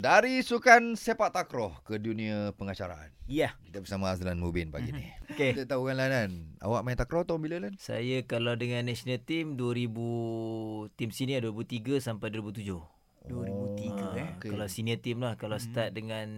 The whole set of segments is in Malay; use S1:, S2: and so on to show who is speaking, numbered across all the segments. S1: Dari sukan sepak takraw ke dunia pengacaraan.
S2: Ya.
S1: Kita bersama Azlan Mubin pagi ni.
S2: Okey.
S1: Kita tahu kan Lan kan, awak main takraw tahun bila Lan?
S2: Saya kalau dengan national team 2000 team senior 2003 sampai 2007. Ah,
S3: 2003 eh.
S1: okey.
S2: Kalau senior team lah, kalau start dengan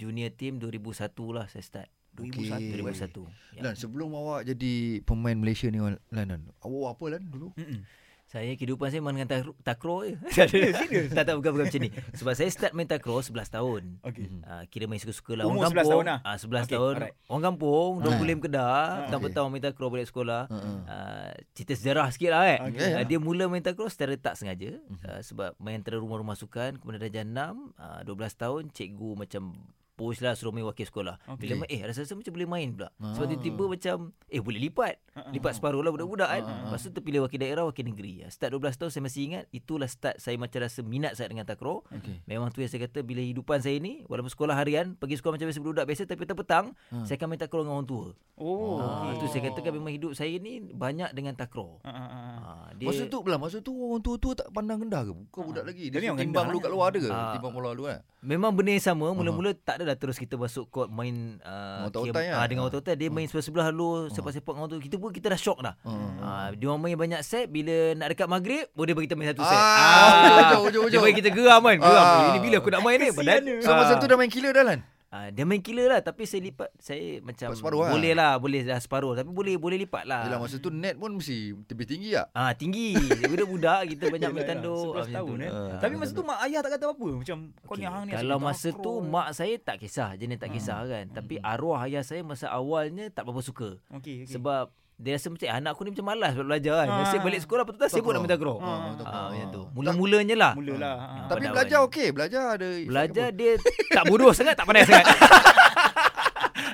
S2: junior team 2001 lah saya start.
S1: Okey.
S2: 2001. Ya.
S1: Lan, sebelum awak jadi pemain Malaysia ni Lan, Lan awak apa Lan dulu?
S2: Mhm.
S3: Mm-mm.
S2: Saya kehidupan saya main dengan tak- takraw je. Serius? tak tak bukan bukan macam ni. Sebab saya start main takraw 11 tahun.
S3: Okey.
S2: Uh, kira main suka-suka lah
S3: Umur
S2: Orang
S3: 11
S2: kampung
S3: tahun lah.
S2: Ah, 11
S3: Okey,
S2: tahun
S3: alright.
S2: Orang kampung Dua
S1: Ah.
S2: kulim kedah
S1: Ah,
S2: Petang
S1: okey.
S2: petang main takraw balik sekolah
S1: Ha, ha.
S2: uh, Cerita sejarah sikit lah eh
S3: Okey.
S1: ya?
S2: uh, Dia mula main takraw secara tak sengaja
S3: Mhm.
S2: uh, Sebab main antara rumah-rumah sukan Kemudian darjah 6 uh, 12 tahun Cikgu macam Push lah suruh main wakil sekolah Bila
S3: Okey.
S2: main eh rasa-rasa macam boleh main pula
S1: Ah.
S2: Sebab tiba-tiba macam Eh boleh lipat
S3: Ah.
S2: Lipat separuh lah budak-budak kan Lepas tu terpilih wakil daerah wakil negeri Ah, Start 12 tahun saya masih ingat Itulah start saya macam rasa minat saya dengan takraw
S1: Okey.
S2: Memang tu yang saya kata Bila hidupan saya ni Walaupun sekolah harian Pergi sekolah macam biasa budak biasa Tapi petang-petang
S1: Ha.
S2: Saya akan main takraw dengan orang tua
S3: Ah. Oh.
S2: Ah,
S3: okey.
S2: tu saya katakan memang hidup saya ni banyak dengan takraw.
S3: Ah, ah, ah.
S2: Ah, dia
S1: Masa tu pula, masa tu orang tua-tua tak pandang rendah ke? Bukan budak lagi.
S3: Dia
S1: Dia
S3: memang
S1: timbang
S3: rendah
S1: lu kat luar ada ke?
S2: Ah.
S1: Timbang bola lu kan?
S2: memang benda yang sama mula-mula tak adalah terus kita masuk court main uh,
S1: Otak-otak kan?
S2: kira- ah, dengan otak-otak dia main sebelah-sebelah lu sepak-sepak dengan orang tu kita pun kita dah shock dah.
S1: Hmm.
S2: Ah, dia orang main banyak set bila nak dekat maghrib boleh bagi kita main satu set.
S1: Ah, hujung, hujung,
S2: Dia
S1: hujung.
S2: bagi kita geram kan. Geram.
S1: Ah.
S2: Ini bila aku nak main ni padahal.
S3: Kesiannya.
S1: So masa tu dah main killer dah Lan?
S2: Ah, dia main killer lah tapi saya lipat saya macam
S1: Lipat separuh lah.
S2: boleh lah boleh dah separuh tapi boleh boleh lipat lah.
S1: Yelah masa tu net pun mesti lebih tinggi ya? tak?
S2: Ah tinggi. Budak-budak kita banyak main
S3: Yelah, yelah.
S2: tanduk. ah,
S3: 11
S2: macam
S3: tahun
S2: tu.
S3: eh.
S2: Ah,
S3: Tapi
S2: macam
S3: masa tu mak ayah tak kata apa-apa. Macam kau ni
S2: Okey,
S3: hang ni Hmm.
S2: Kalau
S3: asyik
S2: masa
S3: takraw
S2: tu
S3: ni.
S2: mak saya tak kisah, jenis tak kisah kan. Tapi arwah ayah saya masa awalnya tak berapa suka.
S3: Okey okey.
S2: Sebab dia rasa macam "Eh, anak aku ni macam malas buat belajar kan. Nasib
S3: Ah.
S2: balik sekolah patut tak sibuk nak minta
S1: Ah,
S2: grow.
S1: takraw.
S2: Ah macam tu.
S1: Tak-
S2: Mula-mulanya lah.
S3: Mulalah.
S2: Ah,
S1: Tapi
S2: pada
S1: belajar
S2: awalnya.
S1: okey, belajar ada
S2: Belajar dia tak bodoh sangat, tak pandai sangat.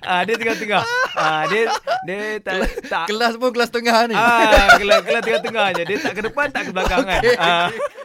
S2: Ah dia tengah-tengah. Ah dia dia tak tak
S1: Kelas pun kelas tengah ni.
S2: ah kelas kelas tengah-tengah je. Dia tak ke depan, tak ke belakang kan. Ah